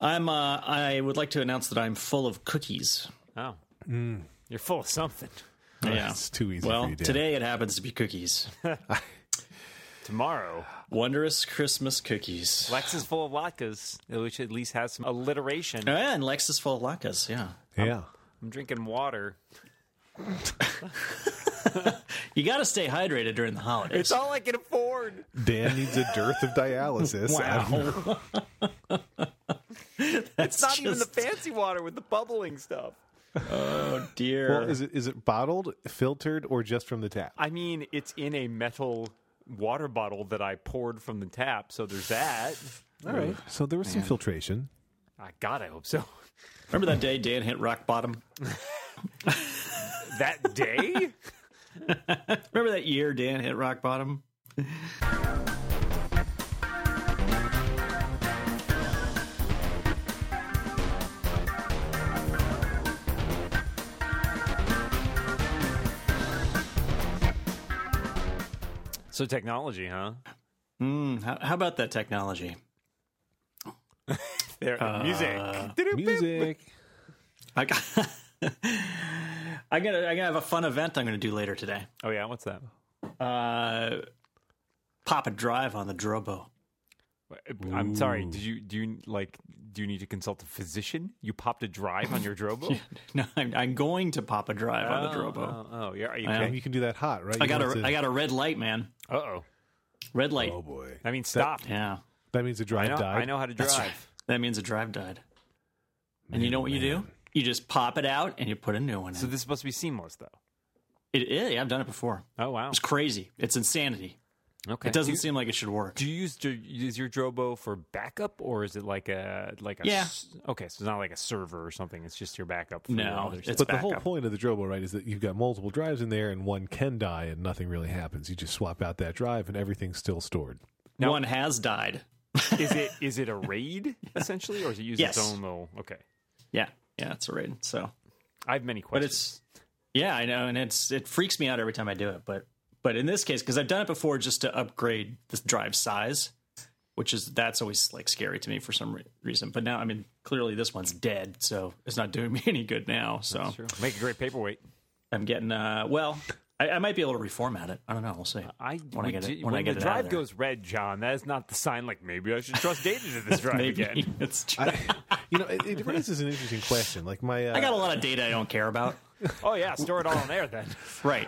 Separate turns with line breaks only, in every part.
I'm. Uh, I would like to announce that I'm full of cookies.
Oh, you're full of something.
yeah,
Oh, it's too easy
Well,
for you, Dan.
today it happens to be cookies.
Tomorrow,
Wondrous Christmas cookies. Oh,
Lex is full of latkes, which at least has some alliteration.
Oh, yeah, and Lex is full of latkes. Yeah,
Yeah.
I'm drinking water.
you got to stay hydrated during the holidays.
It's all I can afford.
Dan needs a dearth of dialysis. I don't-
It's not even the
just-
fancy water with the bubbling stuff.
oh dear.
Well, is it is it bottled, filtered, or just from the tap?
I mean, it's in a metal water bottle that I poured from the tap, so there's that.
All right. So there was some filtration.
Ah, God, I hope so.
Remember that day Dan hit rock bottom?
That day?
Remember that year Dan hit rock bottom?
so technology, huh?
Mm, how, how about that technology?
There, music.
Music.
I got. I gotta. I gotta have a fun event I'm gonna do later today.
Oh yeah, what's that?
Uh, pop a drive on the Drobo.
Uh, I'm sorry. Did you do you like? Do you need to consult a physician? You popped a drive on your Drobo.
No, I'm, I'm going to pop a drive on the
Oh,
Drobo.
oh, oh, yeah. Are you
I
And
okay?
you can do that hot, right?
I got a. I got a red light, man.
Uh oh.
Red light.
Oh boy.
I mean, stop.
Yeah,
That means a
I
drive
know.
died.
I know how to drive.
That's right. That means a drive died. and you know what you do? You just pop it out and you put a new one in.
So this is supposed to be seamless, though.
it, it, I've done it before.
Oh wow.
It's crazy. It's insanity.
Okay.
It doesn't
Do,
seem like it should work.
do you use do, is your Drobo for backup or is it like a like a?
Yeah.
s- Okay, so it's not like a server or something. It's just your backup. For
No,
your other
it's
stuff.
But the whole
backup.
point of the Drobo, right, is that you've got multiple drives in there, and one can die, and nothing really happens. You just swap out that drive, and everything's still stored.
No.
One has died.
is it is it a raid essentially, or is it use
Yes.
its own little? Okay,
Yeah, yeah, it's a raid. So,
I have many
but
questions.
it's yeah, I know, and it's it freaks me out every time I do it. But but in this case, because I've done it before, just to upgrade the drive size, which is that's always like scary to me for some re- reason. But now, I mean, clearly this one's dead, so it's not doing me any good now. So
Make a great paperweight.
I'm getting uh, well, I, I might be able to reformat it. I don't know. We'll see.
I
When I get it-
did-
when I get it out
the
of
drive
there.
goes red, John, that is not the sign. Like maybe I should trust data to this drive
Maybe
again.
it's true.
I, you know, it, it raises an interesting question. Like my, uh,
I got a lot of data I don't care about.
Oh yeah, store it all in there then.
Right.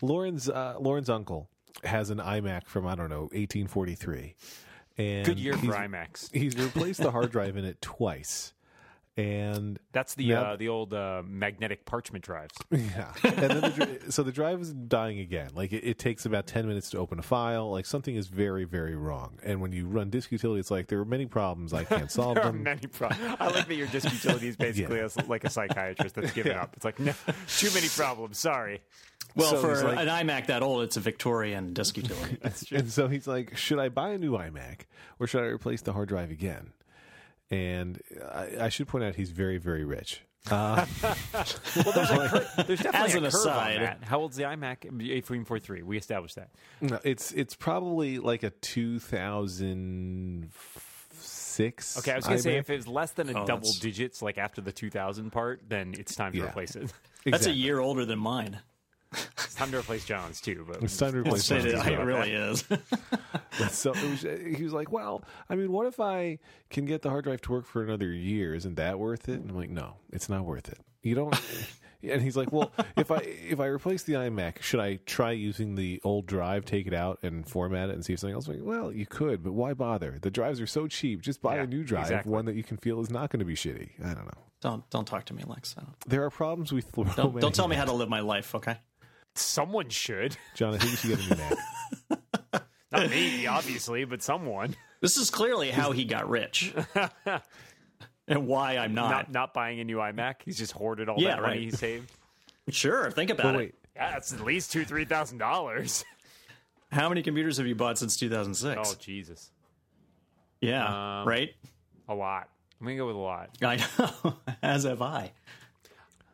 Lauren's uh, Lauren's uncle has an iMac from I don't know 1843, and
Good year for
he's-
IMAX.
He's replaced the hard drive in it twice, and
That's the
Now-
uh, the old uh, magnetic parchment drives.
Yeah. And then the, dri- so the drive is dying again. Like it, it takes about 10 minutes to open a file. Like something is very, very wrong. And when you run disk utility, it's like there are many problems. I can't solve
There are
them.
many problems. I like that your disk utility is basically a s like a psychiatrist that's given up. It's like no, too many problems. Sorry.
Well,
So
for
he's like-
an iMac that old, it's a Victorian disk utility.
And so he's like, should I buy a new iMac or should I replace the hard drive again? And I, I should point out he's very, very rich.
Well, there's, a cur- there's definitely
As
a
an
curve
aside-
on that. How old's the iMac? 1843. We established that.
No, it's it's probably like a 2006.
Okay, I was gonna say
iMac.
if it's less than a
Oh,
double
that's-
digits, like after the 2000 part, then it's time to
Yeah.
replace it.
That's a
Exactly.
year older than mine.
It's time to replace John's too. But
It's time to replace
It,
those as well.
it really is.
so it was, he was like, "Well, I mean, what if I can get the hard drive to work for another year? Isn't that worth it?" And I'm like, "No, it's not worth it. You don't." and he's like, "Well, if I if I replace the iMac, should I try using the old drive, take it out, and format it, and see if something else?" I'm like, well, you could, but why bother? The drives are so cheap. Just buy
Yeah,
a new drive,
exactly.
one that you can feel is not going to be shitty. I don't know.
Don't don't talk to me, Lex. I don't-
There are problems we throw.
Don't,
at
don't tell me how to live my life, okay?
someone should.
John. I think you should get a new Mac.
Not me, obviously, but someone.
This is clearly how he got rich, and why I'm not.
Not not buying a new iMac. He's just hoarded all
Yeah,
that money
right.
he saved.
Sure, think about
But
it.
wait,
Yeah, that's at least two, three thousand dollars.
How many computers have you bought since 2006?
Oh Jesus,
yeah, right.
a lot. I'm gonna go with a lot.
I know. As have I.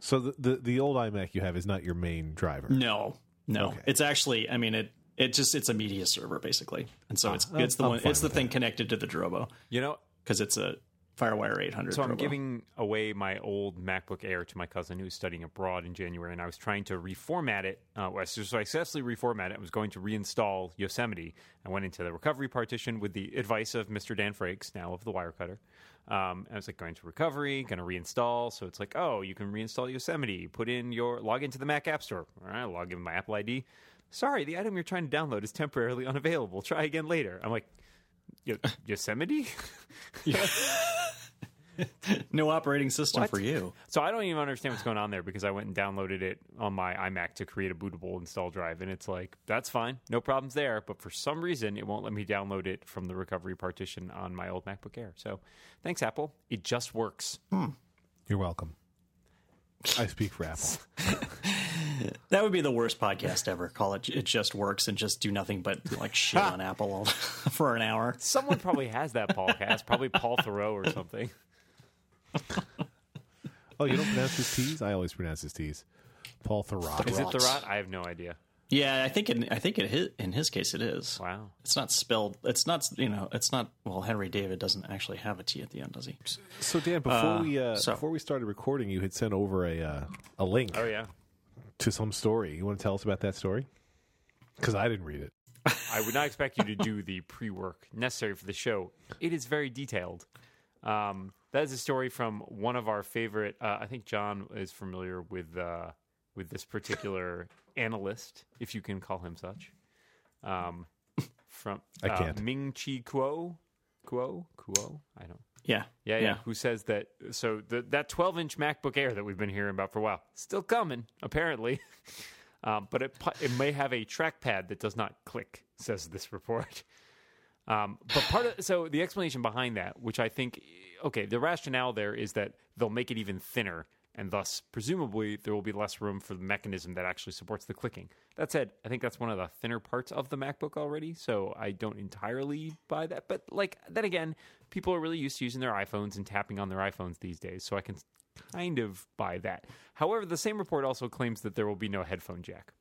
so the, the the old iMac you have is not your main driver.
No, no.
Okay.
It's actually, I mean, it it just it's a media server basically, and so it's it's the
I'm
one
fine
it's the
with
thing connected to the Drobo
You know,
because it's a FireWire 800.
So I'm
Turbo.
giving away my old MacBook Air to my cousin who's studying abroad in January, and I was trying to reformat it. Uh, well, so so I successfully reformatted it. I was going to reinstall Yosemite. I went into the recovery partition with the advice of Mr. Dan Frakes, now of the Wirecutter. Um, I was like going to recovery, going to reinstall. So it's like, oh, you can reinstall Yosemite. Put in your log into the Mac App Store. All right, log in my Apple ID. Sorry, the item you're trying to download is temporarily unavailable. Try again later. I'm like, Yo- Yosemite.
no operating system
What?
for you.
So I don't even understand what's going on there because I went and downloaded it on my iMac to create a bootable install drive, and it's like that's fine, no problems there. But for some reason, it won't let me download it from the recovery partition on my old MacBook Air. So thanks, Apple. It just works.
You're welcome. I speak for Apple.
That would be the worst podcast ever. Call it it just works and just do nothing but like shit on Apple all, for an hour.
Someone probably has that podcast, probably Paul Thoreau or something.
Oh, you don't pronounce his T's? I always pronounce his T's. Paul Thurrott.
Is it
Rot.
Thoreau? I have no idea.
Yeah, I think in, I think it his, in his case it is.
Wow.
It's not spelled. It's not you know. It's not. Well, Henry David doesn't actually have a T at the end, does he?
So Dan, before we uh,
so-
before we started recording, you had sent over a uh, a link
Oh yeah.
to some story. You want to tell us about that story? Because I didn't read it.
I would not expect you to do the pre work necessary for the show. It is very detailed. Um, that is a story from one of our favorite. Uh, I think John is familiar with uh, with this particular analyst, if you can call him such. Um, from
I
uh,
can't.
Ming Chi Kuo, Kuo, Kuo. I don't.
Yeah.
Yeah, yeah,
Yeah.
Who says that? So the, that 12 inch MacBook Air that we've been hearing about for a while still coming, apparently. um, but it pu- it may have a trackpad that does not click, says this report. Um, but part of so the explanation behind that, which I think, okay, the rationale there is that they'll make it even thinner, and thus presumably there will be less room for the mechanism that actually supports the clicking. That said, I think that's one of the thinner parts of the MacBook already, so I don't entirely buy that. But like then again, people are really used to using their iPhones and tapping on their iPhones these days, so I can kind of buy that. However, the same report also claims that there will be no headphone jack.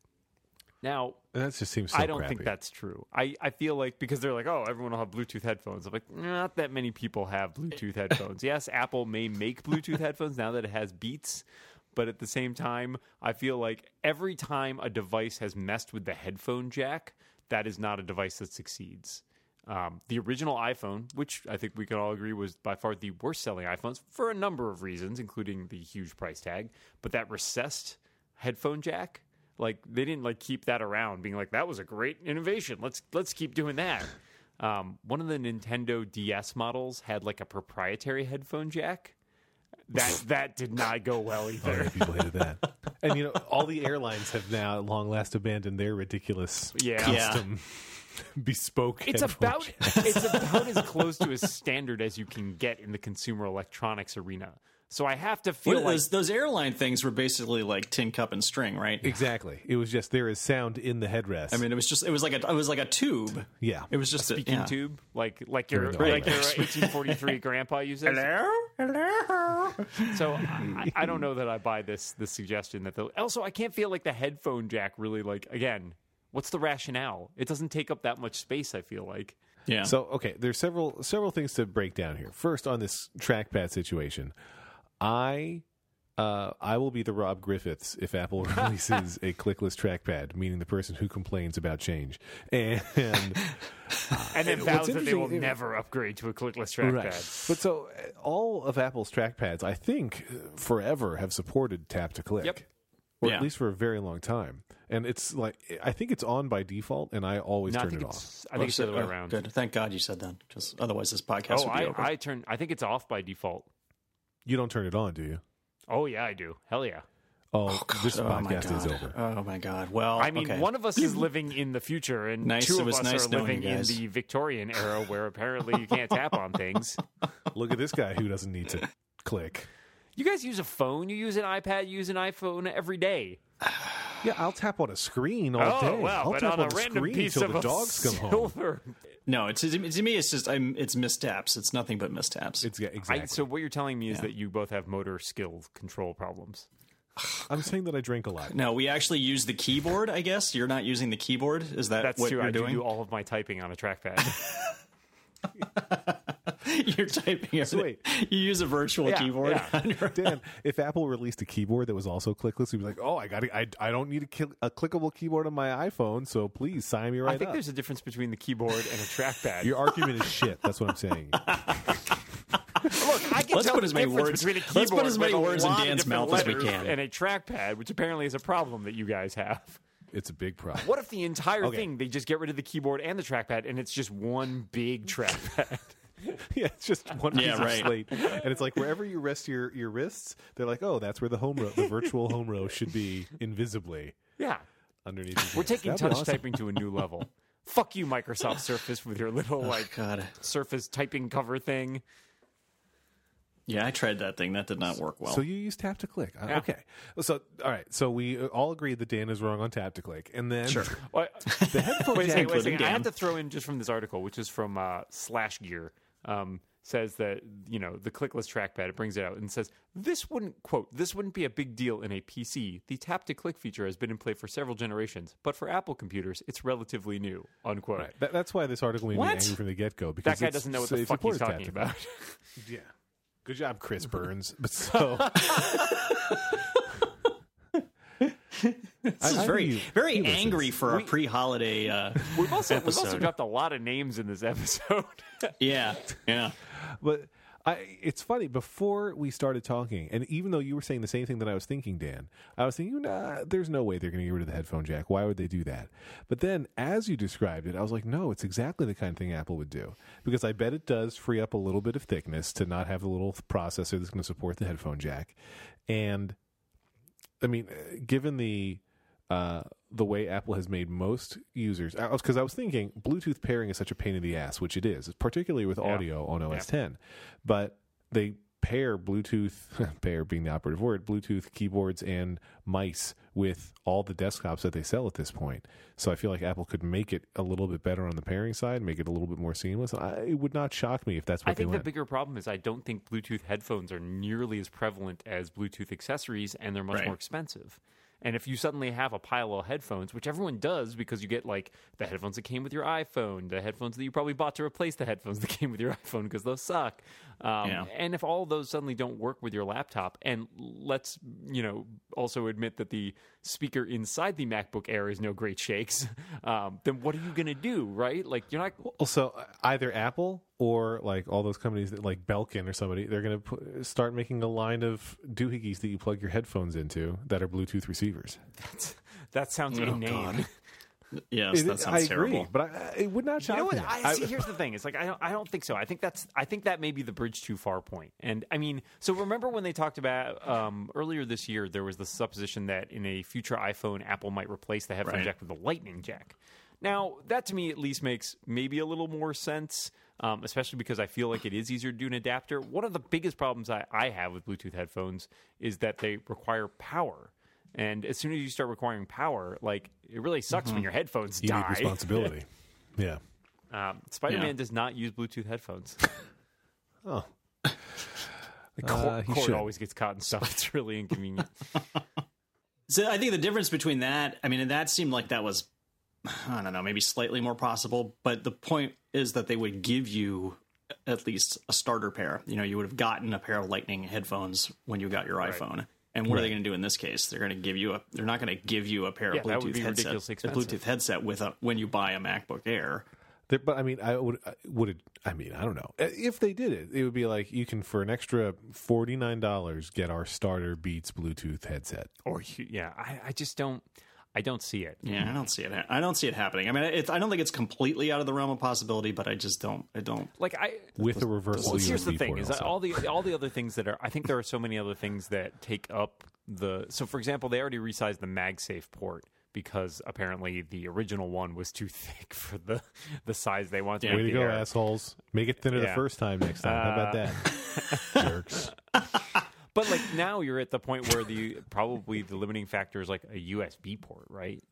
Now,
That just seems. So
I don't think
crappy.
that's true. I, I feel like because they're like, oh, everyone will have Bluetooth headphones. I'm like, not that many people have Bluetooth headphones. Yes, Apple may make Bluetooth headphones now that it has Beats, but at the same time, I feel like every time a device has messed with the headphone jack, that is not a device that succeeds. Um, the original iPhone, which I think we can all agree was by far the worst selling iPhones for a number of reasons, including the huge price tag, but that recessed headphone jack like they didn't like keep that around being like that was a great innovation let's let's keep doing that um, one of the nintendo ds models had like a proprietary headphone jack that that did not go well
Oh,
either
yeah, people hated that. And you know, all the airlines have now, at long last, abandoned their ridiculous
yeah,
Yeah.
custom bespoke.
It's
headphone
about
jack.
it's about as close to a standard as you can get in the consumer electronics arena. So I have to feel
What,
like
those those airline things were basically like tin cup and string, right?
exactly. It was just there is sound in the headrest.
I mean, it was just it was like a it was like a tube.
yeah.
It was just a,
speaking
yeah.
tube, like like your
Right.
like your 1843 grandpa uses.
Hello, hello.
So I, I don't know that I buy this this suggestion that the also I can't feel like the headphone jack really like again. What's the rationale? It doesn't take up that much space. I feel like
Yeah.
So okay, there's several several things to break down here. First, on this trackpad situation, I uh, I will be the Rob Griffiths if Apple releases a clickless trackpad, meaning the person who complains about change. And
and then
what's
vows that they
interesting
will
is-
never upgrade to a clickless trackpad.
But so uh, all of Apple's trackpads, I think, uh, forever have supported tap to click.
Yep.
Or
Yeah.
at least for a very long time. And it's like I think it's on by default and I always
No, I
turn
think
it off.
it's I think it's the other way
Oh,
around.
Good. Thank God you said that, because otherwise this podcast
Oh,
would be
I,
over.
I turn. I think it's off by default.
You don't turn it on, do you?
Oh yeah, I do. Hell yeah.
Oh, this
oh my
podcast
God.
is over.
Oh my God. Well,
I mean,
okay.
one of us is living in the future, and
Nice,
two
it
of
was
us
nice
are
knowing
living
you
in
guys.
the Victorian era, where apparently you can't tap on things.
Look at this guy who doesn't need to click.
You guys use a phone. You use an iPad. You use an iPhone every day.
Yeah, I'll tap on a screen all
oh
day.
well,
I'll
but
tap
on, a
the
random
screen
piece
till
of
the
a
dogs come home.
silver.
no, it's to me it's just I'm it's mistaps. It's nothing but mistaps.
It's yeah, exactly.
I, so what you're telling me is that you both have motor skill control problems.
I'm saying that I drink a lot.
no, we actually use the keyboard. I guess you're not using the keyboard. Is that
That's
what
true.
you're
I do
doing?
do all of my typing on a trackpad.
You're typing everything.
So wait.
You use a virtual
Yeah,
keyboard.
yeah.
on your-
Dan, if Apple released a keyboard that was also clickless, he'd be like, "Oh, I got, I, I don't need a, kill, a clickable keyboard on my iPhone, so please sign me right
I think
up."
there's a difference between the keyboard and a trackpad.
Your argument is shit. That's what I'm saying.
Look, I can
Let's
tell
put
the
as many words-
difference between a
let's
keyboard
put as many
with a
words in
lot of
Dan's
different
mouth as we
letters
can.
and a trackpad, which apparently is a problem that you guys have.
It's a big problem.
What if the entire
Okay.
thing they just get rid of the keyboard and the trackpad, and it's just one big trackpad?
yeah, it's just one
Yeah,
piece of
right.
slate, and it's like wherever you rest your, your wrists, they're like, "Oh, that's where the home row, the virtual home row, should be invisibly
yeah,
underneath." your
we're
pants.
taking
That'd be
touch
awesome.
typing to a new level. Fuck you, Microsoft Surface, with your little like
God.
Surface typing cover thing.
Yeah, I tried that thing. That did not work well.
So you use tap to click. Uh,
Yeah.
Okay. So all right. So we uh, all agreed that Dan is wrong on tap to click, and then
Sure.
What?
the headphone
wait a second,
jack
wait a
including
second. I
Dan.
have to throw in just from this article, which is from uh, Slash Gear. Um, says that you know the clickless trackpad. It brings it out and says this wouldn't quote this wouldn't be a big deal in a PC. The tap to click feature has been in play for several generations, but for Apple computers, it's relatively new. Unquote.
Right. That, that's why this article made me
What?
angry from the get go
That
because
guy
it's-
doesn't know what
so
the
it's
fuck he's
important to
talking
tap to
about.
click. Yeah. Good job, Chris Burns. But so
this
I-
is
I
very,
knew-
very
knew this
angry
is-
for a pre-holiday. Uh,
we've also we've also
Episode.
dropped a lot of names in this episode.
yeah, yeah.
but I, it's funny before we started talking, and even though you were saying the same thing that I was thinking, Dan, I was thinking, nah, there's no way they're going to get rid of the headphone jack. Why would they do that? But then, as you described it, I was like, no, it's exactly the kind of thing Apple would do because I bet it does free up a little bit of thickness to not have the little processor that's going to support the headphone jack, and I mean, uh, given the uh, the way Apple has made most users, because I, was thinking Bluetooth pairing is such a pain in the ass, which it is, particularly with audio on OS 10. But they pair Bluetooth, pair being the operative word, Bluetooth keyboards and mice with all the desktops that they sell at this point. So I feel like Apple could make it a little bit better on the pairing side, make it a little bit more seamless. And I, it would not shock me if that's what
I
they
think the
went.
bigger problem is I don't think Bluetooth headphones are nearly as prevalent as Bluetooth accessories, and they're much
Right.
more expensive. And if you suddenly have a pile of headphones, which everyone does because you get like the headphones that came with your iPhone, the headphones that you probably bought to replace the headphones that came with your iPhone because those suck. Um,
Yeah.
And if all those suddenly don't work with your laptop, and let's you know also admit that the speaker inside the MacBook Air is no great shakes, um, then what are you going to do, right? Like you're not
Also, uh, either Apple or like all those companies that like Belkin or somebody, they're going to put, start making a line of doohickeys that you plug your headphones into that are Bluetooth receivers.
That sounds inane.
oh, God. Yes, that sounds terrible.
but I, it would not shock
You know what?
me.
I, see, here's the thing. It's like I don't, I don't think so. I think that's I think that may be the bridge too far point. And I mean, so remember when they talked about um, earlier this year, there was the supposition that in a future iPhone, Apple might replace the headphone
Right.
jack with a Lightning jack. Now, that to me at least makes maybe a little more sense, um, especially because I feel like it is easier to do an adapter. One of the biggest problems I, I have with Bluetooth headphones is that they require power. And as soon as you start requiring power, like it really sucks when your headphones
you
die.
need responsibility. yeah.
Um, Spider Man
Yeah.
does not use Bluetooth headphones.
Uh, Oh.
Uh, Cord,
he
cord
should.
always gets caught in stuff. It's really inconvenient.
So I think the difference between that, I mean, and that seemed like that was, I don't know, maybe slightly more possible. But the point is that they would give you at least a starter pair. You know, you would have gotten a pair of Lightning headphones when you got your iPhone. And what are they going to do in this case? They're going to give you a. They're not going to give you a pair
Yeah,
of
that would
Bluetooth
be
headset.
ridiculously
A
expensive.
Bluetooth headset with a when you buy a MacBook Air.
There, but I mean, I would I would it, I mean, I don't know. Uh, If they did it, it would be like you can for an extra forty nine dollars get our starter Beats Bluetooth headset.
or you- yeah, I, I just don't. I don't see it.
Yeah, I don't see it. ha- I don't see it happening. I mean, it's I don't think it's completely out of the realm of possibility, but I just don't. I don't.
Like I.
With a reversible
Well,
USB
here's the thing:
port
is
also.
that all the all the other things that are. I think there are so many other things that take up the. So, for example, they already resized the MagSafe port because apparently the original one was too thick for the the size they wanted. to
Way
make
to
the
go,
Air.
assholes. Make it thinner
Yeah. Uh,
the first time next time. How about that? Jerks.
But like now you're at the point where the probably the limiting factor is like a USB port, right?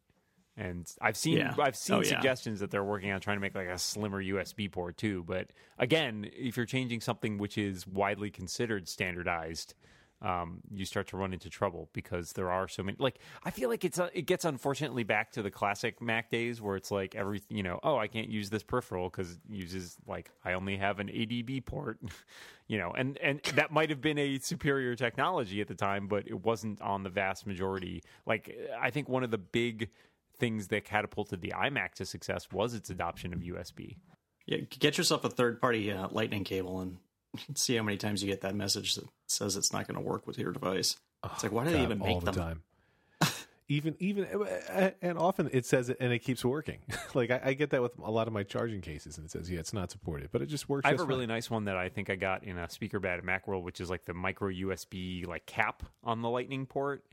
And I've seen
Yeah.
I've seen
Oh, yeah.
suggestions that they're working on trying to make like a slimmer USB port too. But again, if you're changing something which is widely considered standardized, um, you start to run into trouble because there are so many. Like I feel like it's uh, it gets unfortunately back to the classic Mac days where it's like every you know oh I can't use this peripheral because it uses like I only have an ADB port, you know, and and that might have been a superior technology at the time, but it wasn't on the vast majority. Like I think one of the big things that catapulted the iMac to success was its adoption of USB.
Yeah, get yourself a third party uh, lightning cable and see how many times you get that message that says it's not going to work with your device. It's like, why do they
Oh, God,
even
all
make
the
them?
time? even even uh, and often it says it and it keeps working. like I, I get that with a lot of my charging cases, and it says yeah, it's not supported, but it just works.
I have a
just
really nice one that I think I got in a speaker bag at Macworld, which is like the micro USB like cap on the Lightning port.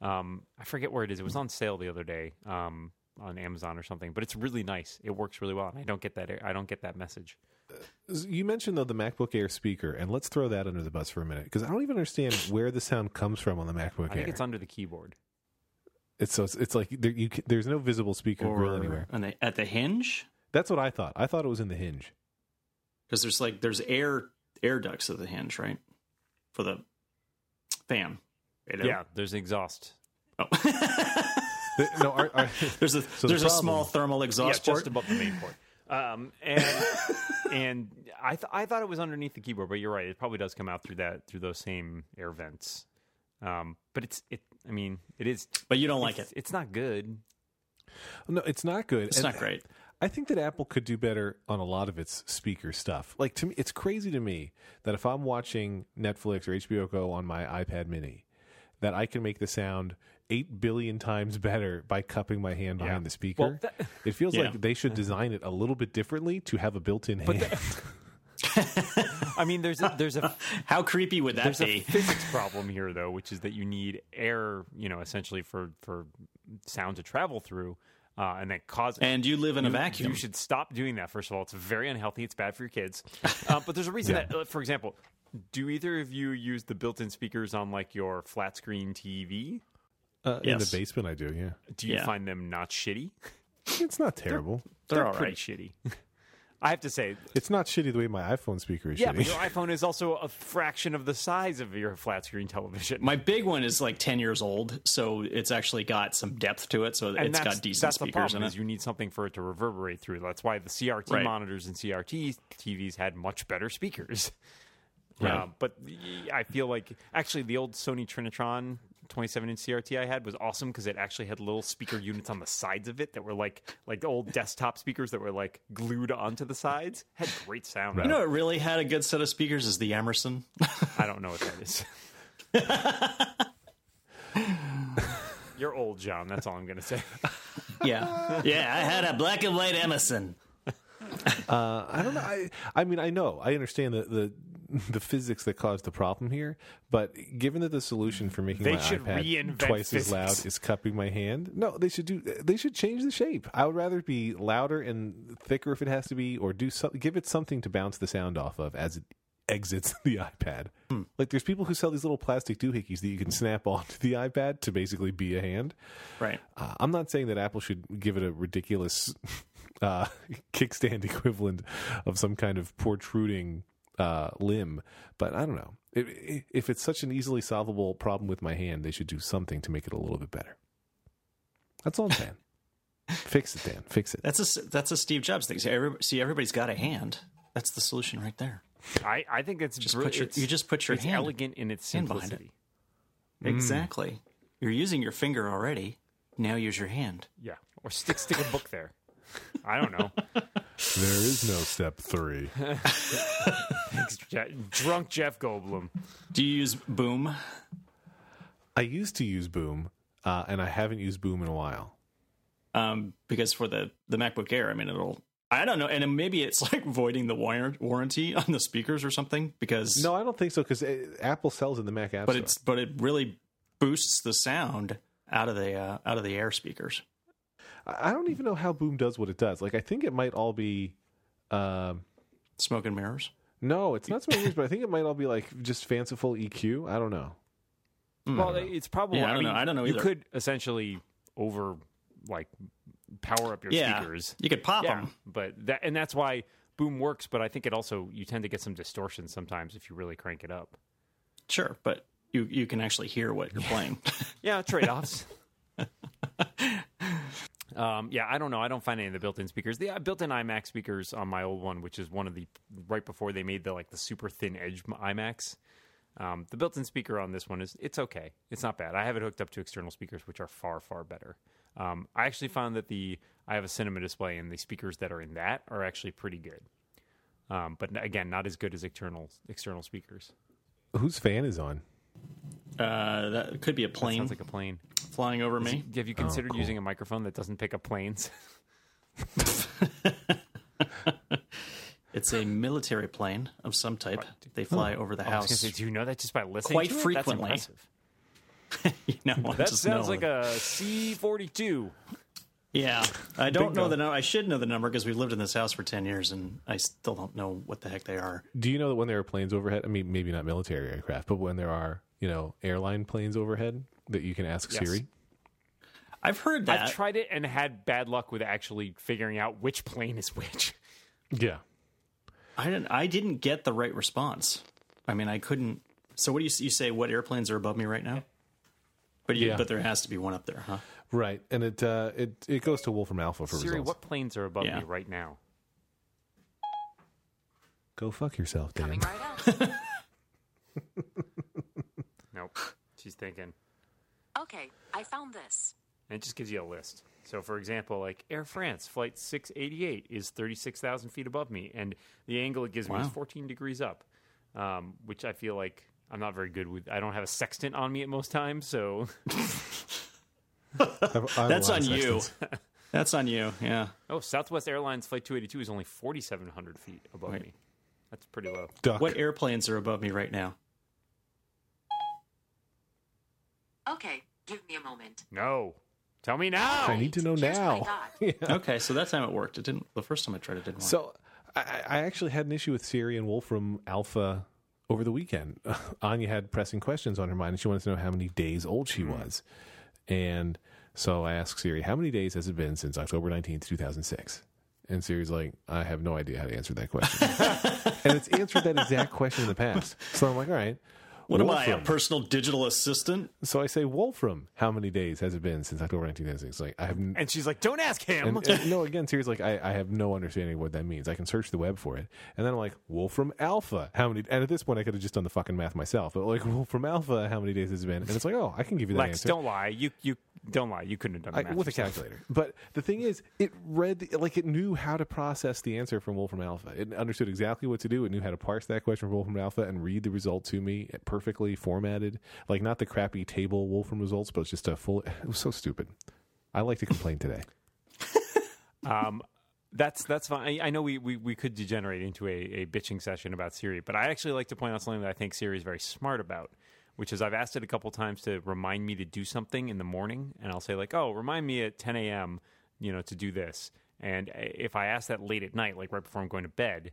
Um, I forget where it is. It was on sale the other day um, on Amazon or something, but it's really nice. It works really well, and I don't get that. I don't get that message.
fine. You mentioned though the MacBook Air speaker, and let's throw that under the bus for a minute because I don't even understand where the sound comes from on the MacBook
I
Air.
think it's under the keyboard.
It's so it's, it's like there, you, c- there's no visible speaker grill anywhere.
on the, at the hinge
That's what I thought. I thought it was in the hinge.
because there's like there's air air ducts at the hinge, right? For the fan. Right?
Yeah, there's an exhaust.
Oh.
The- no, our, our,
there's a
the
there's a
problem-
small thermal exhaust port.
just above the main port. Um, and and I th- I thought it was underneath the keyboard, but you're right. It probably does come out through that through those same air vents. Um, but it's it. I mean, it is
but you don't like
it's,
it.
it's not good.
no, it's not good.
It's
And
not great.
I think that Apple could do better on a lot of its speaker stuff. Like to me, it's crazy to me that if I'm watching Netflix or HBO Go on my iPad Mini, that I can make the sound eight billion times better by cupping my hand behind the speaker.
Well, that-
it feels
Yeah.
like they should design it a little bit differently to have a built-in hand.
I mean, there's a, there's a
How creepy would that
there's a
be?
physics problem here though, which is that you need air, you know, essentially for for sound to travel through, uh, and that causes
And you live in a vacuum.
You should stop doing that. First of all, it's very unhealthy. It's bad for your kids. Uh, but there's a reason that, uh, for example, do either of you use the built-in speakers on like your flat screen TV?
Uh, In the
Yes.
basement, I do. Yeah,
Do you
Yeah.
find them not shitty?
it's not terrible.
They're all
pretty
right.
shitty. I have to say,
It's not shitty the way my iPhone speaker is
yeah,
shitty.
but your iPhone is also a fraction of the size of your flat screen television.
My big one is like ten years old, so it's actually got some depth to it. So it's got decent
that's the
speakers in
problem
it.
is you need something for it to reverberate through. That's why the CRT
Right.
monitors and CRT TVs had much better speakers.
Right.
Uh, but y- I feel like actually the old Sony Trinitron 27 inch CRT I had was awesome because it actually had little speaker units on the sides of it that were like like the old desktop speakers that were like glued onto the sides. Had great sound.
You know, what really had a good set of speakers is the Emerson.
I don't know what that is. You're old, John. That's all I'm going to say.
yeah, yeah, I had a black and white Emerson.
I don't know. I, I mean, I know, I understand the, the the physics that caused the problem here, but given that the solution for making
They
my
should
iPad
reinvent
twice
physics.
as loud is cupping my hand, no, they should do. They should change the shape. I would rather be louder and thicker if it has to be, or do some, give it something to bounce the sound off of as it exits the iPad.
Hmm.
Like there's people who sell these little plastic doohickeys that you can snap onto the iPad to basically be a hand.
Right.
Uh, I'm not saying that Apple should give it a ridiculous uh, kickstand equivalent of some kind of protruding uh, limb, but I don't know. If- If, if it's such an easily solvable problem with my hand, they should do something to make it a little bit better. That's all I'm saying. Fix it, Dan. Fix it.
That's a that's a Steve Jobs thing. See, every, see everybody's got a hand. That's the solution right there.
I, I think it's just
put your- you just put your
it's
hand-
elegant in its
hand behind it.
simplicity.
Exactly. You're using your finger already. Now use your hand.
Yeah, or stick stick a book there. I don't know.
There is no step three.
Thanks, Je- drunk Jeff Goldblum.
Do you use boom?
I used to use Boom, uh, and I haven't used Boom in a while.
Um, because for the the MacBook Air, I mean, it'll. I don't know, and then maybe it's like voiding the wire, warranty on the speakers or something. Because
No, I don't think so because Apple sells in the Mac App
but
Store.
it's but it really boosts the sound out of the uh, out of the air speakers.
I I don't even know how Boom does what it does. Like, I think it might all be. Um,
Smoke and mirrors.
No, it's not so many years, but I think it might all be like just fanciful EQ. I don't know.
Well, it's probably.
Hmm. Yeah, I don't
mean,
know. I don't know
You
either.
could essentially over like power up your
Yeah,
speakers.
you could pop
Yeah,
them.
but that and that's why boom works. But I think it also you tend to get some distortion sometimes if you really crank it up.
Sure, but you you can actually hear what you're playing.
Yeah, trade offs. um, yeah, I don't know. I don't find any of the built-in speakers. The uh, built-in iMac speakers on my old one, which is one of the right before they made the like the super thin edge m- iMacs. Um, the built-in speaker on this one is it's okay. It's not bad. I have it hooked up to external speakers, which are far far better. Um, I actually found that the I have a cinema display, and the speakers that are in that are actually pretty good. Um, but n- again, not as good as external external speakers.
Whose fan is on?
Uh, that could be a
That
plane
sounds like a plane.
flying over me.
Have you considered using a microphone that doesn't pick up planes?
It's a military plane of some type. They fly over the
Oh, I was gonna
house.
say, do you know that just by listening?
Quite
to it?
frequently.
That's impressive.
you know, I
That
just
sounds
know.
like a C forty two.
yeah. I don't know the number. I should know the number because we've lived in this house for ten years, and I still don't know what the heck they are.
Do you know that when there are planes overhead? I mean, maybe not military aircraft, but when there are you know airline planes overhead, that you can ask
Yes.
Siri.
I've heard that.
I've tried it and had bad luck with actually figuring out which plane is which.
Yeah.
I didn't. I didn't get the right response. I mean, I couldn't. So what do you you say? What airplanes are above me right now? But you,
Yeah.
but there has to be one up there, huh?
Right, and it uh, it it goes to Wolfram Alpha for
Siri,
results.
what planes are above
Yeah.
me right now?
Go fuck yourself, Dan.
Coming right up.
Nope. She's thinking.
okay, I found this.
And it just gives you a list. So, for example, like Air France flight 688 is 36,000 feet above me, and the angle it gives me is
Wow.
14 degrees up, um, which I feel like I'm not very good with. I don't have a sextant on me at most times, so
I've- I have a
That's
lot
on
of
you.
sextants.
That's on you. Yeah.
Oh, Southwest Airlines Flight 282 is only 4,700 feet above me. That's pretty low.
Duck.
What airplanes are above me right now?
Okay, give me a moment.
No. Tell me now.
I need to know
Here's
now.
what I got.
Okay, so that time it worked. It didn't. The first time I tried it didn't work.
So I, I actually had an issue with Siri and Wolfram Alpha over the weekend. Anya had pressing questions on her mind, and she wanted to know how many days old
Hmm.
she was. And so I asked Siri, "How many days has it been since October nineteenth, two thousand six? And Siri's like, "I have no idea how to answer that question." and it's answered that exact question in the past. So I'm like, "All right."
what am I, a
Wolfram.
personal digital assistant?
So I say, Wolfram, how many days has it been since October 1996? Like, I have n-
And she's like, don't ask him.
and- and- no, again, seriously, like I, I have no understanding of what that means. I can search the web for it, and then I'm like, Wolfram Alpha, how many? And at this point, I could have just done the fucking math myself. But like, Wolfram Alpha, how many days has it been? And it's like, oh, I can give you that
Lex,
answer
don't lie. You you don't lie. You couldn't have done the
I,
math
with a
yourself.
calculator. But the thing is, it read like it knew how to process the answer from Wolfram Alpha. It understood exactly what to do. It knew how to parse that question from Wolfram Alpha and read the result to me perfectly formatted, like not the crappy table Wolfram results, but it's just a full. It was so stupid. I like to complain today.
Um, that's that's fine. I, I know we, we, we could degenerate into a, a bitching session about Siri, but I actually like to point out something that I think Siri is very smart about, which is I've asked it a couple times to remind me to do something in the morning, and I'll say like, "Oh, remind me at 10 a.m. you know to do this." And i- if I ask that late at night, like right before I'm going to bed,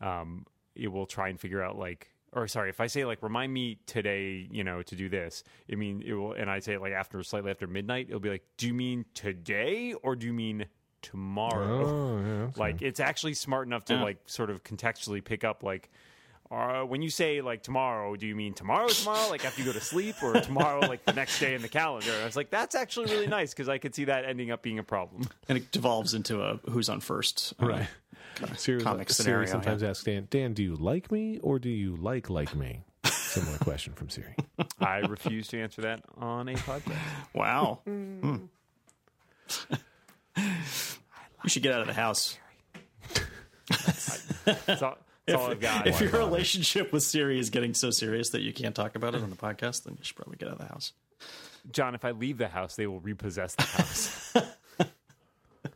um, it will try and figure out like. Or sorry, if I say like remind me today, you know, to do this, I mean it will, and I say it like after slightly after midnight, it'll be like, do you mean today or do you mean tomorrow?
Oh. yeah.
Like it's actually smart enough to
Yeah.
like sort of contextually pick up like uh, when you say like tomorrow, do you mean tomorrow, tomorrow, like after you go to sleep, or tomorrow, like the next day in the calendar? And I was like, that's actually really nice because I could see that ending up being a problem.
And it devolves into a who's on first. um,
Right. Siri, was
comic
like,
scenario,
Siri sometimes asks Dan, Dan, do you like me or do you like like me? Similar question from Siri.
I refuse to answer that on a podcast.
Wow. Hmm. you should get out of the house.
That's all, that's all I've got.
If your relationship with Siri is getting so serious that you can't talk about it on the podcast, then you should probably get out of the house.
John, if I leave the house, they will repossess the house.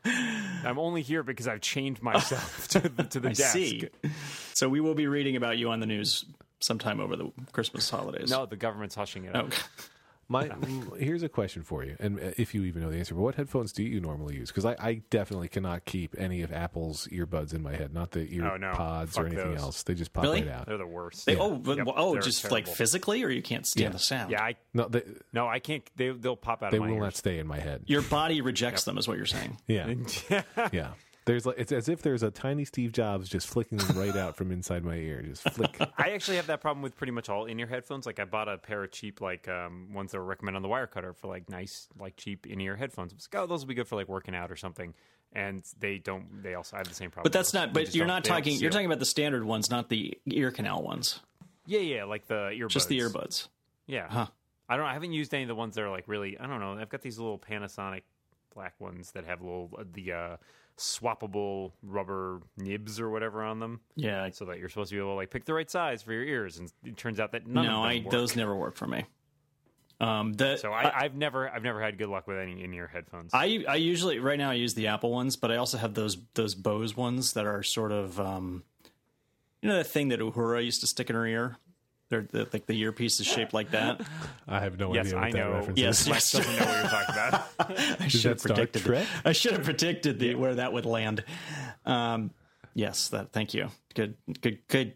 I'm only here because I've chained myself to the, to the
I
desk.
see. So we will be reading about you on the news sometime over the Christmas holidays.
No, the government's hushing it up.
Okay.
My here's a question for you, and uh, if you even know the answer, but what headphones do you normally use? Because I, I definitely cannot keep any of Apple's earbuds in my head, not the ear
Oh, no.
pods or
Fuck
anything
those.
else. They just pop
Really?
right out.
They're the worst.
They, Oh, but,
Yep,
oh,
they're
just like
terrible.
physically, or you can't stand
Yeah.
the sound.
Yeah, I
No, they
no, I can't. They they'll pop out
they
of my
will
ears.
not stay in my head.
Your body rejects them, is what you're saying.
Yeah, yeah. There's like it's as if there's a tiny Steve Jobs just flicking them right out from inside my ear. Just flick.
I actually have that problem with pretty much all in-ear headphones. Like I bought a pair of cheap, like um, ones that were recommended on the wire cutter for like nice, like cheap in-ear headphones. I was like, oh, those will be good for like working out or something. And they don't. They also have the same problem.
But that's
They
not.
just
But you're
don't-
not
they don't
talking. You're
seal.
talking about the standard ones, not the ear canal ones.
Yeah, yeah, like the earbuds.
Just the earbuds.
Yeah.
Huh.
I don't. I haven't used any of the ones that are like really. I don't know. I've got these little Panasonic black ones that have little the uh, swappable rubber nibs or whatever on them,
Yeah. I-
so that you're supposed to be able to like pick the right size for your ears. And it turns out that none
No,
of
I
them work.
those never work for me. Um, the
So I, I've never, I've never had good luck with any in-ear headphones.
I I usually right now I use the Apple ones, but I also have those those Bose ones that are sort of um, you know that thing that Uhura used to stick in her ear. They're the, like the earpiece is shaped like that.
I have no
Yes,
idea what
I
that
know.
reference
Yes,
is.
yes.
doesn't know what you're talking about.
I
Is
should
that
have
Star
predicted. the-
Trek?
I should have predicted the, where that would land. Um, yes, that. Thank you. Good, good, good,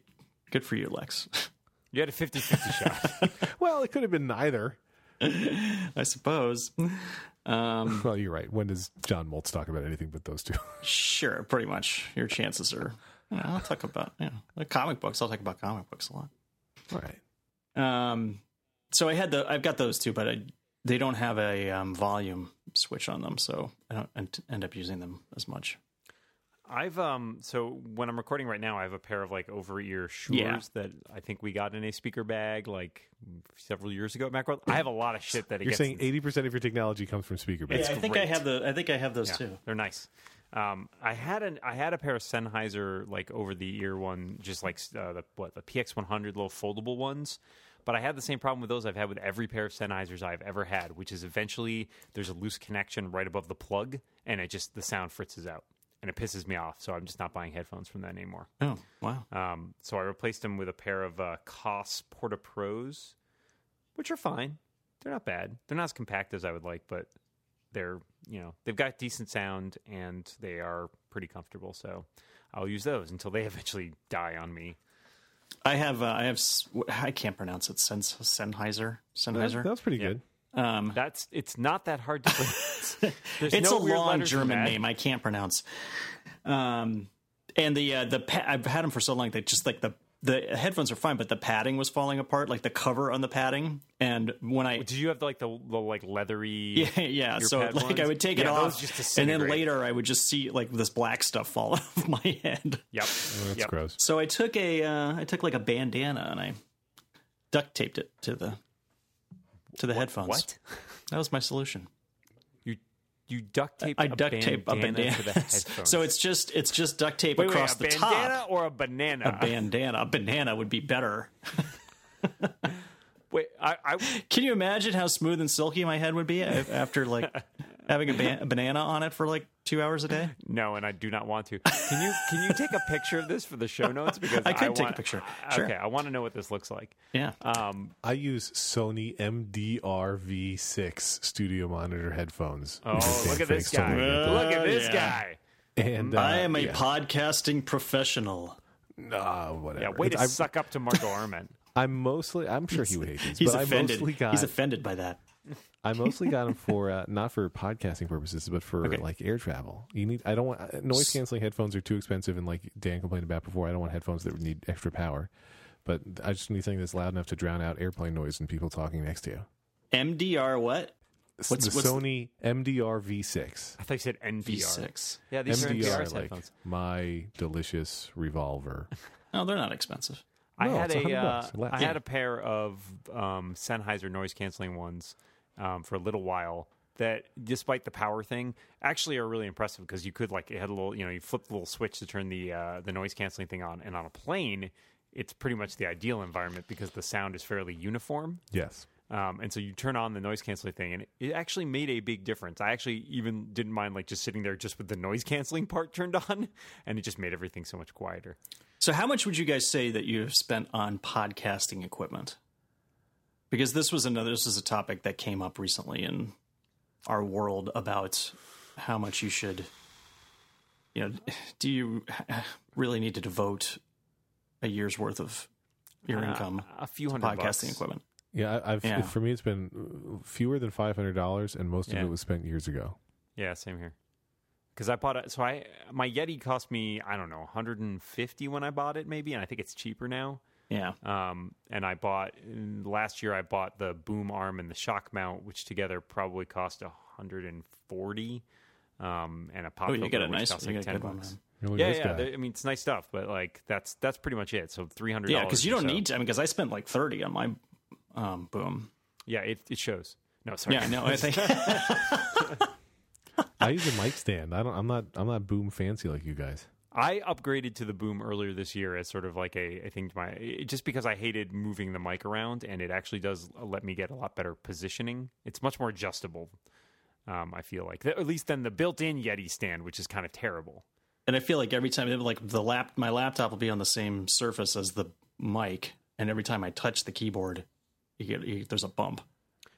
good for you, Lex.
You had a 50-50 shot.
Well, it could have been neither.
I suppose. Um,
Well, you're right. When does John Moltz talk about anything but those two?
sure, pretty much. Your chances are. you know, I'll talk about you know, like comic books. I'll talk about comic books a lot.
All right.
Um, so I had the I've got those two, but I, they don't have a um, volume switch on them, so I don't end- end up using them as much.
I've um so when I'm recording right now, I have a pair of like over ear Shure
Yeah.
that I think we got in a speaker bag like several years ago at Macworld. I have a lot of shit that it
You're
gets
saying
in-
80% of your technology comes from speaker
Yeah,
bags.
I think I
great.
have the I think I have those
Yeah,
too.
They're nice. Um, I had an I had a pair of Sennheiser like over the ear one, just like uh, the what the PX100 little foldable ones. But I had the same problem with those I've had with every pair of Sennheisers I've ever had, which is eventually there's a loose connection right above the plug, and it just the sound fritzes out, and it pisses me off. So I'm just not buying headphones from that anymore.
Oh wow,
Um, so I replaced them with a pair of uh, Koss Porta Pros, which are fine. They're not bad. They're not as compact as I would like, but they're you know they've got decent sound and they are pretty comfortable. So I'll use those until they eventually die on me.
I have uh, I have s- I can't pronounce it. Sen- Sennheiser,
That,
Sennheiser.
that was pretty good.
Um,
That's it's not that hard to. pronounce. There's
it's
no
a
weird
long
letters in
German
that.
name I can't pronounce. Um, and the uh, the pa- I've had them for so long that just like the the headphones are fine, but the padding was falling apart, like the cover on the padding. And when I
Did you have like the, the like leathery?
Yeah, yeah.
your
So
pad
like I
ones?
would take it
Yeah, those
off,
just
and then
disintegrate.
later I would just see like this black stuff fall off my head.
Yep.
Oh, That's
yep.
gross.
So I took a, uh, I took like a bandana and I duct taped it to the to the headphones.
What?
That was my solution.
You you duct tape
I duct
a
tape a bandana.
to the headphones.
so it's just it's just duct tape
Wait, wait,
across
a
the
bandana
top.
or a banana?
A bandana. A banana would be better.
Wait, I, I
Can you imagine how smooth and silky my head would be if- after like having a, ban- a banana on it for like two hours a day?
no, and I do not want to. Can you can you take a picture of this for the show notes? Because
I could take a
want-
picture.
I-
Sure.
Okay, I want to know what this looks like.
Yeah.
Um,
I use Sony MDR-V6 studio monitor headphones.
oh, look at this guy! Look at this
yeah.
guy!
And uh,
I am a
yeah.
podcasting professional.
Nah, whatever.
Yeah, way to
It's-
suck up to Marco Arman.
I, I'm mostly. I'm sure he would hate these,
He's
but I
offended.
mostly got.
He's offended by that.
I mostly got them for uh, not for podcasting purposes, but for like air travel. You need. I don't want uh, noise canceling headphones are too expensive, and like Dan complained about before, I don't want headphones that need extra power. But I just need something that's loud enough to drown out airplane noise and people talking next to you.
MDR what?
It's
What's-
the
what's-
Sony MDR V6.
I thought you said NPR.
V6.
Yeah, these are NPR's
MDR like
headphones.
my delicious revolver.
No, Oh, they're not expensive.
I
No,
had
it's
a
100
uh,
bucks, less.
I had a pair of um, Sennheiser noise canceling ones um, for a little while that, despite the power thing, actually are really impressive because you could like it had a little you know you flip the little switch to turn the uh, the noise canceling thing on, and on a plane it's pretty much the ideal environment because the sound is fairly uniform.
Yes.
Um, and so you turn on the noise canceling thing, and it actually made a big difference. I actually even didn't mind like just sitting there just with the noise canceling part turned on, and it just made everything so much quieter.
So, how much would you guys say that you've spent on podcasting equipment? Because this was another. This is a topic that came up recently in our world about how much you should. You know, do you really need to devote a year's worth of your
Uh,
income
a few
to
hundred
podcasting
bucks.
equipment?
Yeah, I, I've
Yeah.
for me it's uh, been fewer than five hundred dollars, and most
Yeah.
of it was spent years ago.
Yeah, same here. because I bought it. So I my Yeti cost me I don't know 150 when I bought it maybe, and I think it's cheaper now.
Yeah.
Um, and I bought in- last year. I bought the boom arm and the shock mount, which together probably cost 140. Um, and a pop
Oh, you
filter,
got a
which
nice
cost
you
like
got a
10
good one.
bucks.
man.
You're like
Yeah,
Oh, this
yeah.
guy.
they- I mean, it's nice stuff, but like that's that's pretty much it. So 300.
Yeah, because you
or
don't
so.
need. To, I mean, because I spent like thirty on my um, boom.
Yeah, it, it shows. No, sorry.
Yeah, no, I think
I use a mic stand. I don't. I'm not. I'm not boom fancy like you guys.
I upgraded to the boom earlier this year as sort of like a, I think my it- just because I hated moving the mic around and it actually does let me get a lot better positioning. It's much more adjustable. Um, I feel like Th- at least than the built-in Yeti stand, which is kind of terrible.
and I feel like every time, like the lap, my laptop will be on the same surface as the mic, and every time I touch the keyboard, you get you, there's a bump.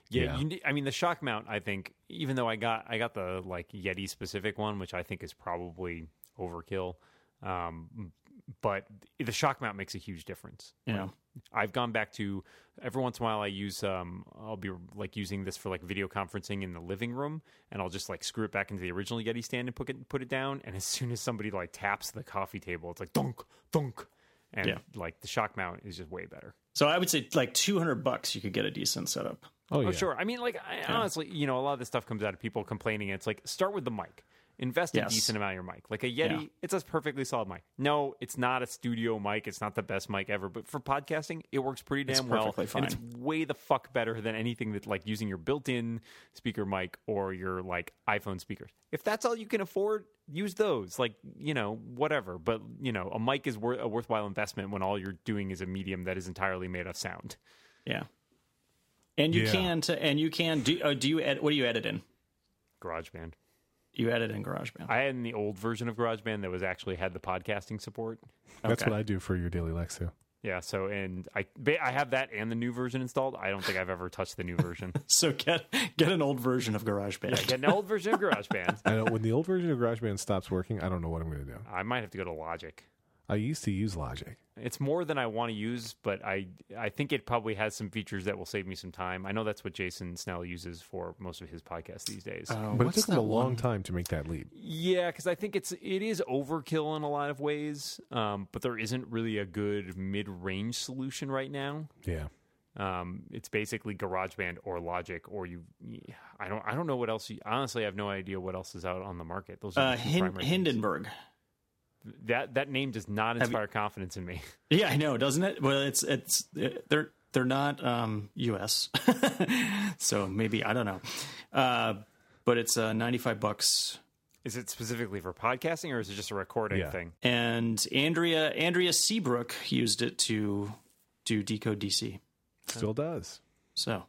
Yeah,
Yeah.
You, need- I mean the shock mount. I think even though I got I got the like Yeti specific one, which I think is probably overkill, um, but the shock mount makes a huge difference.
You know,
I've gone back to every once in a while I use um I'll be like using this for like video conferencing in the living room and I'll just like screw it back into the original Yeti stand and put it put it down and as soon as somebody like taps the coffee table it's like dunk dunk and
Yeah.
like the shock mount is just way better.
so I would say like two hundred bucks, you could get a decent setup.
Oh, yeah.
Oh, sure. I mean, like, I, honestly, you know, a lot of this stuff comes out of people complaining. It's like, start with the mic. Invest a
Yes.
decent amount of your mic. Like a Yeti,
Yeah.
it's a perfectly solid mic. No, it's not a studio mic. It's not the best mic ever. But for podcasting, it works pretty damn well.
perfectly
And it's way the fuck better than anything that, like, using your built in speaker mic or your, like, iPhone speakers. If that's all you can afford, use those. Like, you know, whatever. But, you know, a mic is worth a worthwhile investment when all you're doing is a medium that is entirely made of sound.
Yeah, and you
Yeah.
can to, and you can do. Oh, do you ed, what do you edit in?
GarageBand.
You edit in GarageBand.
I had in the old version of GarageBand that was actually had the podcasting support.
That's
Okay.
what I do for your daily Lexo.
Yeah, so and I ba- I have that and the new version installed. I don't think I've ever touched the new version.
So get get an old version of GarageBand.
Get an old version of GarageBand.
I know when the old version of GarageBand stops working, I don't know what I'm going to do.
I might have to go to Logic.
I used to use Logic.
It's more than I want to use, but I I think it probably has some features that will save me some time. I know that's what Jason Snell uses for most of his podcasts these days.
Oh,
But
what's
it took them a
that
long
one?
time to make that leap.
Yeah, because I think it's it is overkill in a lot of ways, um, but there isn't really a good mid range solution right now.
Yeah.
Um, it's basically GarageBand or Logic, or you. I don't. I don't know what else. You, honestly, I have no idea what else is out on the market. Those are
Uh,
the two
Hin-
primary things.
Hindenburg.
That that name does
Have
not
you-
inspire confidence in me.
Yeah, I know, doesn't it? Well, it's it's they're they're not um, U.S., so maybe I don't know. Uh, but it's uh, ninety five bucks.
Is it specifically for podcasting, or is it just a recording
Yeah.
thing?
And Andrea Andrea Seabrook used it to do decode DC.
Still does.
So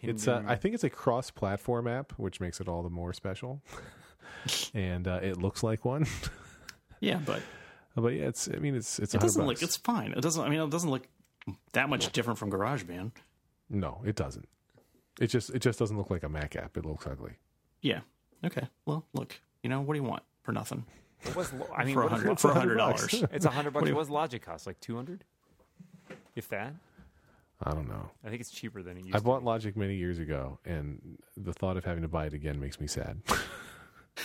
It's uh,
Hinden-
I think it's a cross-platform app, which makes it all the more special. and uh, it looks like one,
yeah, but
but yeah, it's. I mean, it's it's.
it
100
doesn't
bucks.
look. It's fine. It doesn't. I mean, it doesn't look that much different from GarageBand.
no, it doesn't. It just it just doesn't look like a Mac app. It looks ugly.
Yeah. Okay. Well, look. You know what do you want for nothing?
what was Lo- I mean,
For
what
a
is
hundred
Lo-
for a hundred
100 bucks.
dollars.
it's a hundred bucks. What was Logic cost? Like two hundred, if that.
I don't know.
I think it's cheaper than it used.
I
to
bought Logic many years ago, and the thought of having to buy it again makes me sad.
be.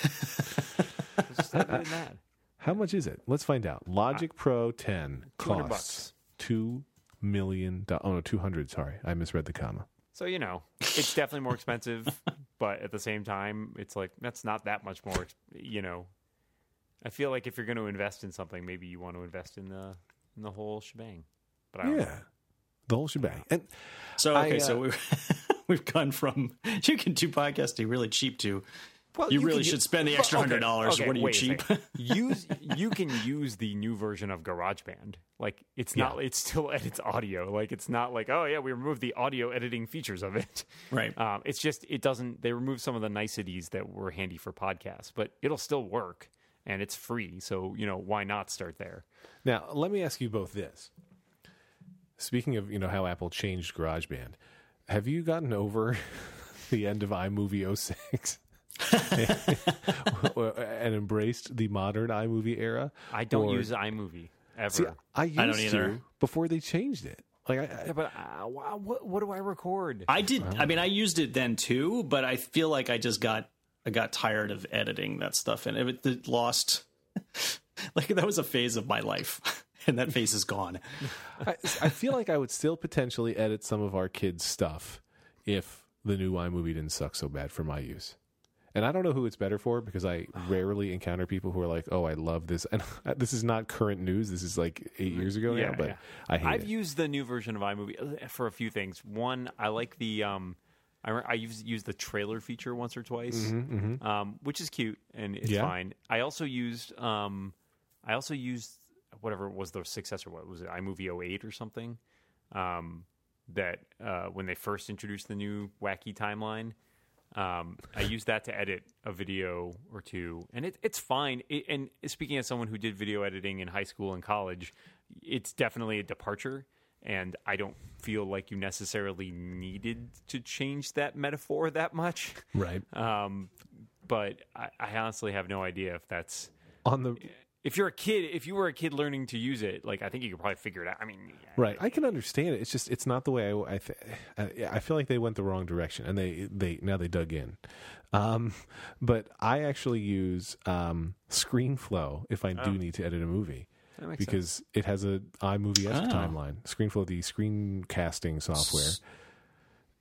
It's just not good in that.
How much is it? Let's find out. Logic Pro 10
200
costs
bucks.
two million. Do- oh no, two hundred. Sorry, I misread the comma.
So you know, it's definitely more expensive, but at the same time, it's like that's not that much more. ex- You know, I feel like if you're going to invest in something, maybe you want to invest in the in the whole shebang. But I don't know.
Yeah, the whole shebang. And
So
I,
okay,
uh,
so we we've gone from you can do podcasting really cheap to
Well,
you, really
can u-
should spend the
Well,
extra
okay,
hundred dollars.
okay,
what are you
wait a
cheap?
second. use you can use the new version of GarageBand. Like it's not it still edits audio. Like it's not like oh yeah we removed the audio editing features of it.
Right.
Um, it's just it doesn't. They remove some of the niceties that were handy for podcasts, but it'll still work and it's free. So you know why not start there?
now let me ask you both this. Speaking of you know how Apple changed GarageBand, have you gotten over the end of iMovie 06? and embraced the modern iMovie era.
I don't
Or-
use iMovie ever.
See, I used
don't either.
to before they changed it. Like I, I
yeah, but uh, wha- what what do I record? uh.
I did. I mean, I used it then too, but I feel like I just got I got tired of editing that stuff and it, it lost like that was a phase of my life and that phase is gone.
I, I feel like I would still potentially edit some of our kids' stuff if the new iMovie didn't suck so bad for my use. And I don't know who it's better for because I rarely encounter people who are like, "Oh, I love this." And this is not current news. This is like eight years ago
Yeah,
now, but
yeah.
I hate
I've
it.
used the new version of iMovie uh, for a few things. One, I like the um, I, re- I use use the trailer feature once or twice, Um, which is cute and it's
Yeah.
fine. I also used um, I also used whatever was the successor. What was it? iMovie 08 or something. Um, that uh, when they first introduced the new wacky timeline. Um, I used that to edit a video or two, and it, it's fine. It, and speaking as someone who did video editing in high school and college, it's definitely a departure. And I don't feel like you necessarily needed to change that metaphor that much.
right
Um, but I, I honestly have no idea if that's
on the
if you're a kid. If you were a kid learning to use it, like I think you could probably figure it out. I mean,
Right, I can understand it. It's just it's not the way I I, th- I I feel like they went the wrong direction, and they they now they dug in. Um, but I actually use um, ScreenFlow if I do need to edit a movie because it has a iMovie esque
Oh.
timeline. ScreenFlow, the screencasting software,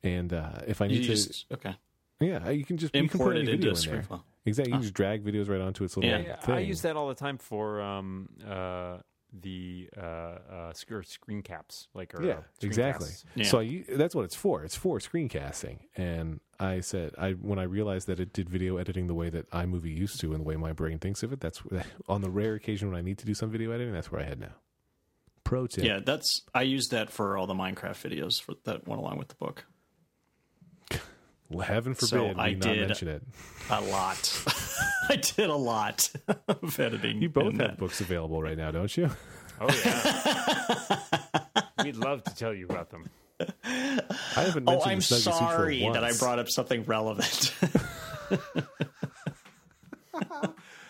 and uh, if I
You
need to,
just okay.
yeah, you can just you can put
Import it
any
into
video in there.
ScreenFlow.
Exactly, you can just drag videos right onto its little
Ah. Yeah.
Yeah,
thing.
I use that all the time for um, uh, the uh, uh, sc- or screen caps, like or, uh,
Yeah,
screen
exactly.
casts.
Yeah.
So I, u- that's what it's for. It's for screencasting. And I said, I when I realized that it did video editing the way that iMovie used to, and the way my brain thinks of it, that's on the rare occasion when I need to do some video editing. That's where I head now. Pro tip.
Yeah, that's I used that for all the Minecraft videos for that went along with the book.
Well, heaven forbid
So
we
I
not
did-
mention it.
A lot. I did a lot of editing.
You both
in
have
that.
books available right now, don't you?
Oh yeah. We'd love to tell you about them.
I haven't
Oh,
mentioned.
I'm
the Snuggie Suit for
sorry that I
once.
brought up something relevant. let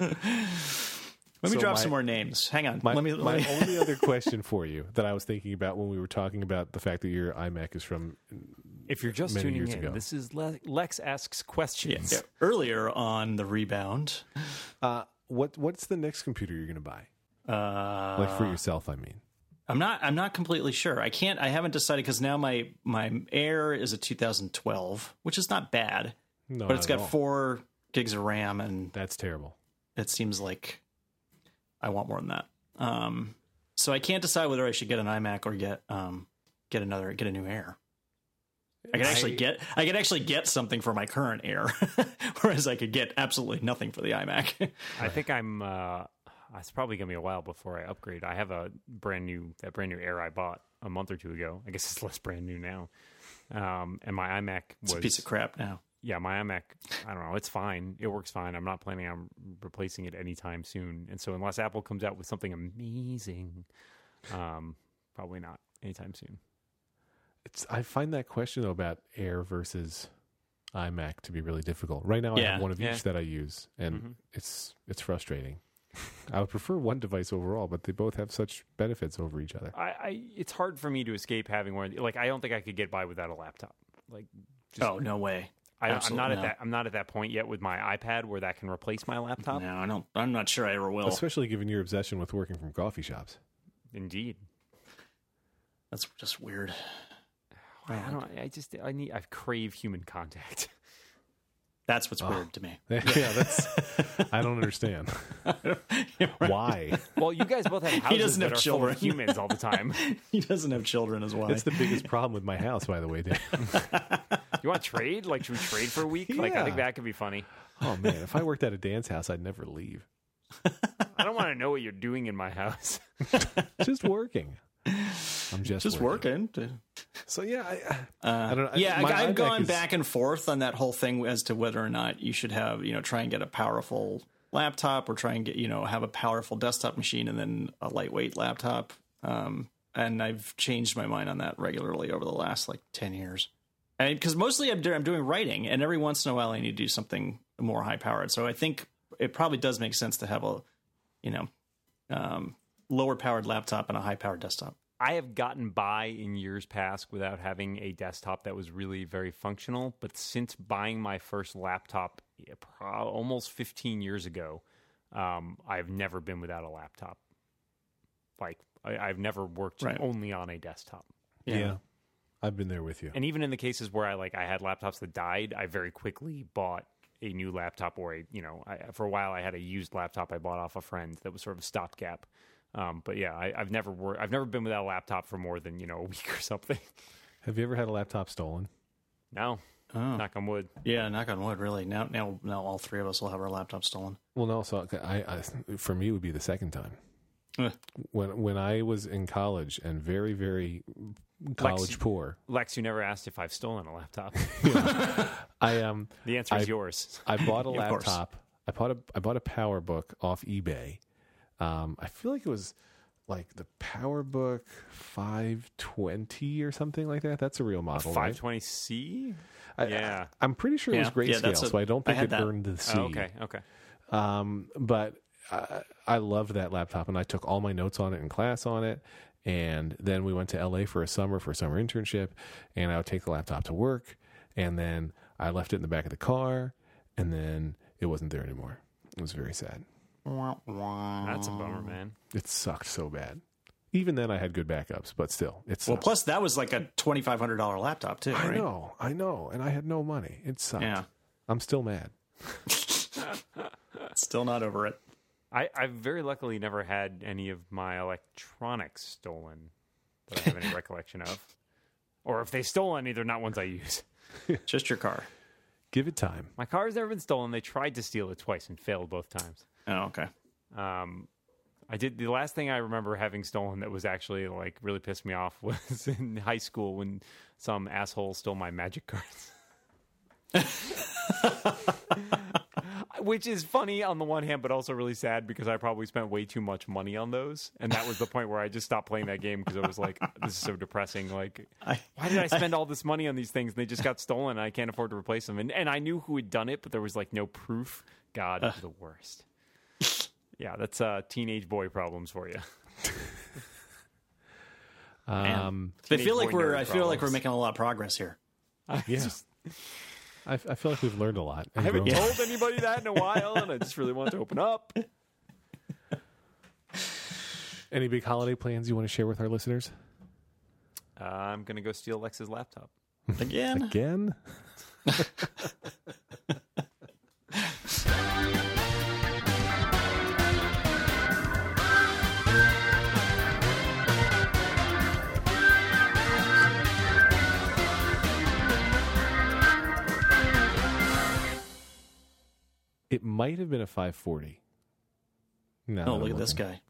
me
So
drop
my-
some more names. Hang on.
My,
let me.
my
Let me
only other question for you that I was thinking about when we were talking about the fact that your iMac is from
If you're just
Many
tuning
years
in,
ago.
this is Le- Lex asks
yeah,
questions.
yeah. Earlier on the rebound,
uh, what? What's the next computer you're going to buy?
uh,
Like for yourself, I mean.
I'm not. I'm not completely sure. I can't. I haven't decided because now my my Air is a 2012, which is not bad,
No,
but it's
not at
got
all.
four gigs of RAM, and
That's terrible.
it seems like I want more than that. Um, so I can't decide whether I should get an iMac or get um, get another get a new Air. I can actually
I-
get I can actually get something for my current Air, whereas I could get absolutely nothing for the iMac.
I think I'm. Uh, it's probably gonna be a while before I upgrade. I have a brand new that brand new Air I bought a month or two ago. I guess it's less brand new now. Um, and my iMac
it's
was
a piece of crap now.
yeah, my iMac, I don't know, it's fine. It works fine. I'm not planning on replacing it anytime soon. And so unless Apple comes out with something amazing, um, probably not anytime soon.
It's I find that question though about Air versus iMac to be really difficult. Right now, I
Yeah, Mm-hmm.
have one of
yeah.
each that I use, and
Mhm.
it's it's frustrating. I would prefer one device overall, but they both have such benefits over each other.
I, I it's hard for me to escape having one. Like I don't think I could get by without a laptop. Like Just-
oh no way!
I, I'm
Absolute-
not at
no.
that I'm not at that point yet with my iPad where that can replace my laptop.
No, I don't. I'm not sure I ever will.
Especially given your obsession with working from coffee shops.
Indeed.
That's just weird.
I don't I just I need I crave human contact.
That's
Ah.
what's weird to me.
yeah, that's I don't understand why.
Well, you guys both have houses
doesn't
that
have
are full
children.
of humans all the time.
he doesn't have children as well.
That's the biggest problem with my house, by the way, Dave.
You want to trade? Like, should we trade for a week? Like, I think
Yeah.
that could be funny.
Oh man, if I worked at a dance house, I'd never leave.
I don't want to know what you're doing in my house.
Just working. I'm just
just working.
So yeah, I,
Uh,
I don't know.
Yeah,
My
I,
iMac
I've gone
is-
back and forth on that whole thing as to whether or not you should have, you know, try and get a powerful laptop or try and get, you know, have a powerful desktop machine and then a lightweight laptop. Um, and I've changed my mind on that regularly over the last like 10 years. And because mostly I'm, do- I'm doing writing and every once in a while I need to do something more high powered. So I think it probably does make sense to have a, you know, um, lower powered laptop and a high powered desktop.
I have gotten by in years past without having a desktop that was really very functional, but since buying my first laptop yeah, pro- almost 15 years ago, um, I've never been without a laptop. Like I, I've never worked
Right.
only on a desktop.
Yeah.
I've been there with you.
And even in the cases where I like I had laptops that died, I very quickly bought a new laptop or a you know I, for a while I had a used laptop I bought off a friend that was sort of a stopgap. Um, but yeah, I, I've never wor- I've never been without a laptop for more than you know a week or something.
Have you ever had a laptop stolen?
No,
Oh.
knock on wood.
Yeah, knock on wood, really. Now now now all three of us will have our laptops stolen.
Well, no. So I, I for me, it would be the second time.
Eh.
When when I was in college and very very college poor,
Lex, you never asked if I've stolen a laptop.
I um
The answer is
I-
yours.
I bought a
Of course.
laptop. I bought a I bought a PowerBook off eBay. Um, I feel like it was like the PowerBook 520 or something like that. That's a real model, right?
520C?
I-
yeah.
I, am pretty sure it
Yeah.
was
Yeah,
grayscale,
that's a-
so I don't
I
think
had
it
that.
earned the C.
Oh, okay, okay.
Um, but I, I loved that laptop, and I took all my notes on it in class on it. And then we went to LA for a summer for a summer internship, and I would take the laptop to work, and then I left it in the back of the car, and then it wasn't there anymore. It was very sad.
That's a bummer, man.
It sucked so bad. Even then, I had good backups, but still, it
Well,
sucked.
plus that was like a twenty five hundred dollar laptop too,
I
right?
know, I know, and I had no money. It sucked.
Yeah.
I'm still mad.
Still not over it.
I, I've very luckily never had any of my electronics stolen that I have any recollection of. Or if they stole any, they're not ones I use.
Just your car.
Give it time.
My car's never been stolen. They tried to steal it twice and failed both times.
Oh, okay.
Um, I did the last thing I remember having stolen that was actually like really pissed me off was in high school when some asshole stole my magic cards. Which is funny on the one hand, but also really sad because I probably spent way too much money on those, and that was the point where I just stopped playing that game because I was like, "This is so depressing." Like, why did I spend all this money on these things and they just got stolen? And I can't afford to replace them, and and I knew who had done it, but there was like no proof. God, it was the worst. Yeah, that's uh, teenage boy problems for you.
Um,
I
Teenage
feel like
boy
we're
nerd
I feel like we're
problems.
making a lot of progress here.
yeah. I, I feel like we've learned a lot.
I haven't told anybody that in a while, and I just really want to open up.
Any big holiday plans you want to share with our listeners?
Uh, I'm gonna go steal Lex's laptop.
Again.
Again? It might have been a 540. No.
Oh, look at this guy.